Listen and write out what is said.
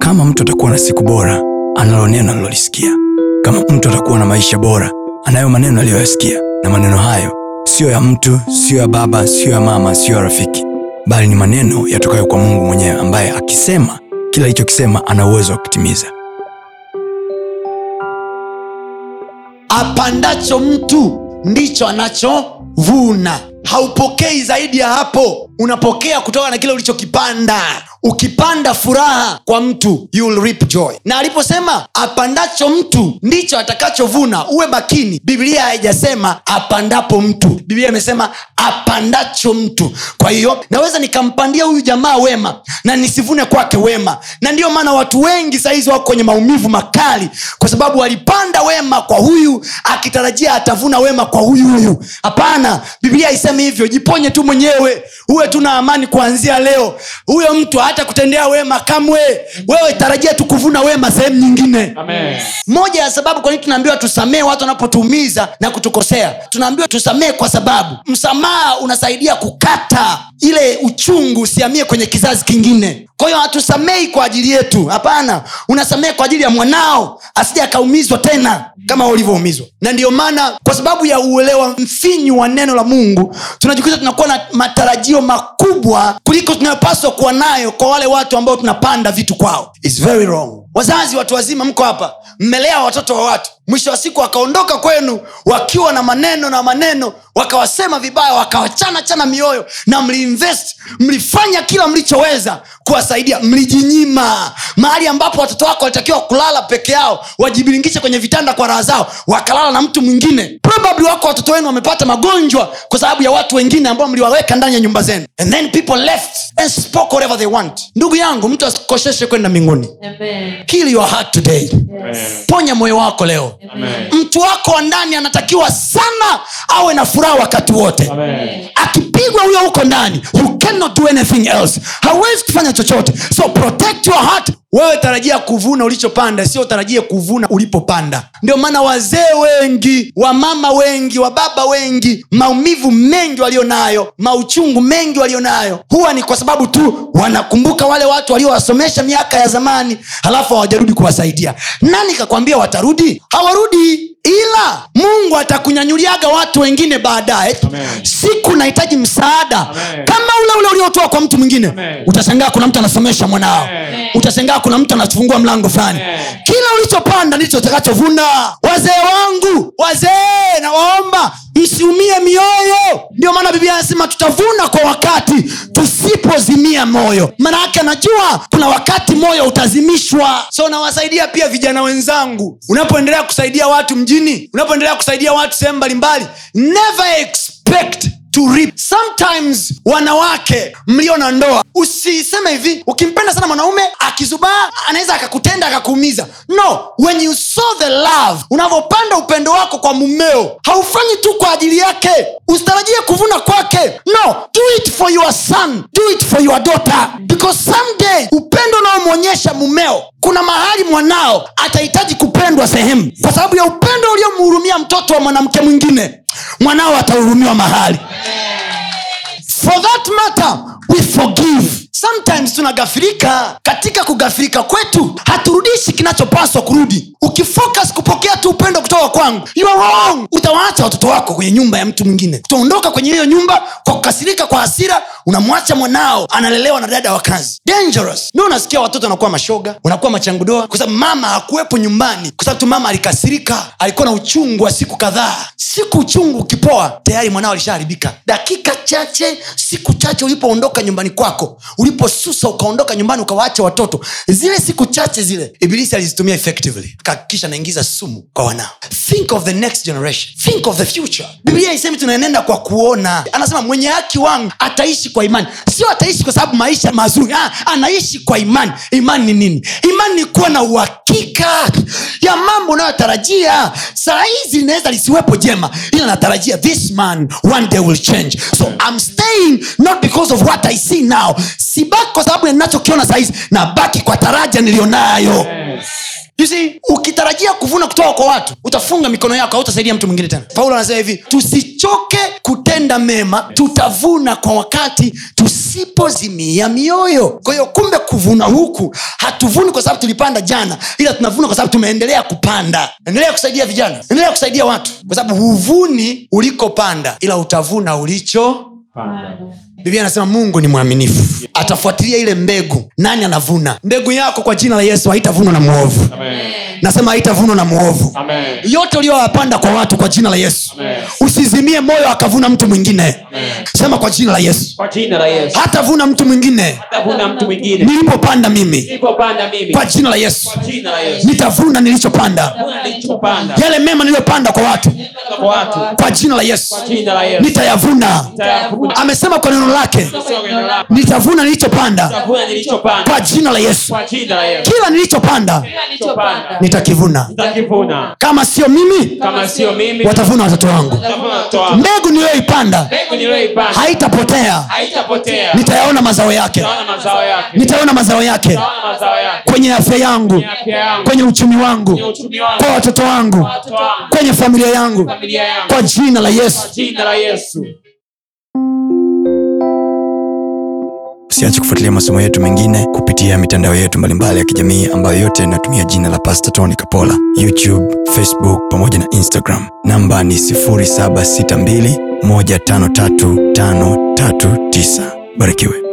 Kama mtu atakuwa na siku bora, analo neno alilolisikia. Kama mtu atakuwa na maisha bora, anayo maneno aliyoyasikia, na maneno hayo siyo ya mtu, siyo ya baba, siyo ya mama, siyo ya rafiki, bali ni maneno yatokayo kwa Mungu mwenyewe, ambaye akisema kila alichokisema ana uwezo wa kutimiza. Apandacho mtu ndicho anachovuna. Haupokei zaidi ya hapo, unapokea kutoka na kile ulichokipanda. Ukipanda furaha kwa mtu you will reap joy. Na aliposema apandacho mtu ndicho atakachovuna, uwe makini. Biblia haijasema apandapo mtu, Biblia imesema apandacho mtu. Kwa hiyo naweza nikampandia huyu jamaa wema na nisivune kwake wema, na ndiyo maana watu wengi sahizi wako kwenye maumivu makali, kwa sababu walipanda wema kwa huyu akitarajia atavuna wema kwa huyu huyu. Hapana, Biblia haisemi hivyo. Jiponye tu mwenyewe, uwe tu na amani kuanzia leo. Huyo mtu hata kutendea wema kamwe, wewe tarajia tu kuvuna wema sehemu nyingine. Moja ya sababu kwa nini tunaambiwa tusamehe watu wanapotuumiza na kutukosea, tunaambiwa tusamehe kwa sababu msamaha unasaidia kukata ile uchungu usiamie kwenye kizazi kingine. Kwa hiyo hatusamei kwa ajili yetu, hapana. Unasamehe kwa ajili ya mwanao asije akaumizwa tena kama wewe ulivyoumizwa. Na ndiyo maana kwa sababu ya uelewa mfinyu wa neno la Mungu tunajikuta tunakuwa na matarajio makubwa kuliko tunayopaswa kuwa nayo kwa wale watu ambao tunapanda vitu kwao. It's very wrong. Wazazi, watu wazima, mko hapa, mmelea watoto wa watu, mwisho wa siku wakaondoka kwenu wakiwa na maneno na maneno, wakawasema vibaya, wakawachana chana mioyo, na mliinvest, mlifanya kila mlichoweza kuwasaidia, mlijinyima. Mahali ambapo watoto wako walitakiwa kulala peke yao, wajibiringishe kwenye vitanda kwa raha zao, wakalala na mtu mwingine. Probably wako watoto wenu wamepata magonjwa kwa sababu ya watu wengine ambao mliwaweka ndani ya nyumba zenu, and then people left and spoke whatever they want. Ndugu yangu, mtu asikoseshe kwenda mbinguni. Kill your heart today. ponya moyo wako leo mtu wako wa ndani anatakiwa sana awe na furaha wakati wote akipigwa huyo huko ndani you cannot do anything else hawezi kufanya chochote so protect your heart wewe tarajia kuvuna ulichopanda sio tarajie kuvuna ulipopanda ndio maana wazee wengi wamama wengi wababa wengi maumivu mengi walionayo mauchungu mengi walionayo huwa ni kwa sababu tu wanakumbuka wale watu waliowasomesha miaka ya zamani halafu hawajarudi kuwasaidia nani kakwambia watarudi hawarudi ila mungu atakunyanyuliaga watu wengine baadaye Amen. siku unahitaji msaada Amen. kama ule ule uliotoa kwa mtu mwingine Amen. utashangaa kuna mtu anasomesha mwanao Amen. utashangaa kuna mtu anafungua mlango fulani Amen. kila ulichopanda ndicho utakachovuna wazee wangu wazee nawaomba msiumie mioyo ndio maana biblia anasema tutavuna kwa wakati tusipozimia moyo maanayake anajua kuna wakati moyo utazimishwa so nawasaidia pia vijana wenzangu unapoendelea kusaidia watu mjini unapoendelea kusaidia watu sehemu mbalimbali never expect to reap. sometimes wanawake mlio na ndoa usiseme hivi ukimpenda sana mwanaume akizubaa anaweza akakutenda akakuumiza no when you sow the love unavyopanda upendo wako kwa mumeo haufanyi tu kwa ajili yake usitarajie kuvuna kwake no do it for your son do it for your daughter because someday upendo unaomwonyesha mumeo kuna mahali mwanao atahitaji kupendwa sehemu kwa sababu ya upendo uliomhurumia mtoto wa mwanamke mwingine mwanao atahurumiwa mahali for that matter we forgive sometimes tunagafirika katika kugafirika kwetu haturudishi kinachopaswa kurudi ukifocus kupokea tu upendo kutoka kwangu you are wrong utawaacha watoto wako kwenye nyumba ya mtu mwingine utaondoka kwenye hiyo nyumba kwa kukasirika kwa hasira unamwacha mwanao analelewa na dada wa kazi dangerous mi unasikia watoto wanakuwa mashoga wanakuwa machangudoa kwa sababu mama hakuwepo nyumbani kwa sababu tu mama alikasirika alikuwa na uchungu wa siku kadhaa siku uchungu ukipoa tayari mwanao alishaharibika dakika chache siku chache ulipoondoka nyumbani kwako uliposusa ukaondoka nyumbani ukawaacha watoto zile siku chache zile ibilisi alizitumia effectively akahakikisha anaingiza sumu kwa wanao think of the next generation think of the future biblia isemi tunaenenda kwa kuona anasema mwenye haki wangu ataishi kwa imani sio ataishi kwa sababu maisha mazuri ah, anaishi kwa imani imani ni nini imani ni kuwa na uhakika ya mambo unayotarajia saa hizi linaweza lisiwepo jema ila natarajia this man one day will change so I'm staying not because of what i see now sibaki kwa sababu ya ninachokiona saa hizi nabaki kwa taraja niliyonayo You see, ukitarajia kuvuna kutoka kwa watu utafunga mikono yako hautasaidia mtu mwingine tena paulo anasema hivi tusichoke kutenda mema tutavuna kwa wakati tusipozimia mioyo kwa hiyo kumbe kuvuna huku hatuvuni kwa sababu tulipanda jana ila tunavuna kwa sababu tumeendelea kupanda endelea kusaidia vijana endelea kusaidia watu kwa sababu huvuni ulikopanda ila utavuna ulicho biblia anasema mungu ni mwaminifu atafuatilia ile mbegu nani anavuna mbegu yako kwa jina la yesu haitavunwa na mwovu nasema haitavunwa na mwovu Amen. yote uliyoyapanda kwa watu kwa jina la yesu Amen. usizimie moyo akavuna mtu mwingine sema kwa jina la yesu kwa jina la yesu hatavuna mtu mwingine hakuna mtu mwingine nilipopanda mimi nilipopanda mimi kwa jina la yesu kwa jina la yesu nitavuna nilichopanda hakuna nilichopanda yale mema niliyopanda kwa watu kwa watu kwa jina la yesu kwa jina la yesu nitayavuna Nitayavuna. amesema kwa neno lake Sio neno lako. nitavuna nilichopanda hakuna nilichopanda kwa jina la yesu kwa jina la yesu kila nilichopanda nilichopanda nitakivuna nitakivuna kama sio mimi kama sio mimi watavuna watoto wangu nitavuna watoto wangu. mbegu niliyoipanda mbegu niliyoipanda haitapotea haitapotea nitayaona mazao yake naona mazao yake nitaona mazao yake naona mazao yake kwenye afya yangu afya yangu kwenye uchumi wangu kwenye uchumi wangu kwa watoto wangu watoto wangu kwenye familia yangu familia yangu kwa jina la yesu jina la yesu usiache kufuatilia masomo yetu mengine kupitia mitandao yetu mbalimbali ya kijamii ambayo yote inatumia jina la pasta tony kapola youtube facebook pamoja na instagram namba ni 762153539 barikiwe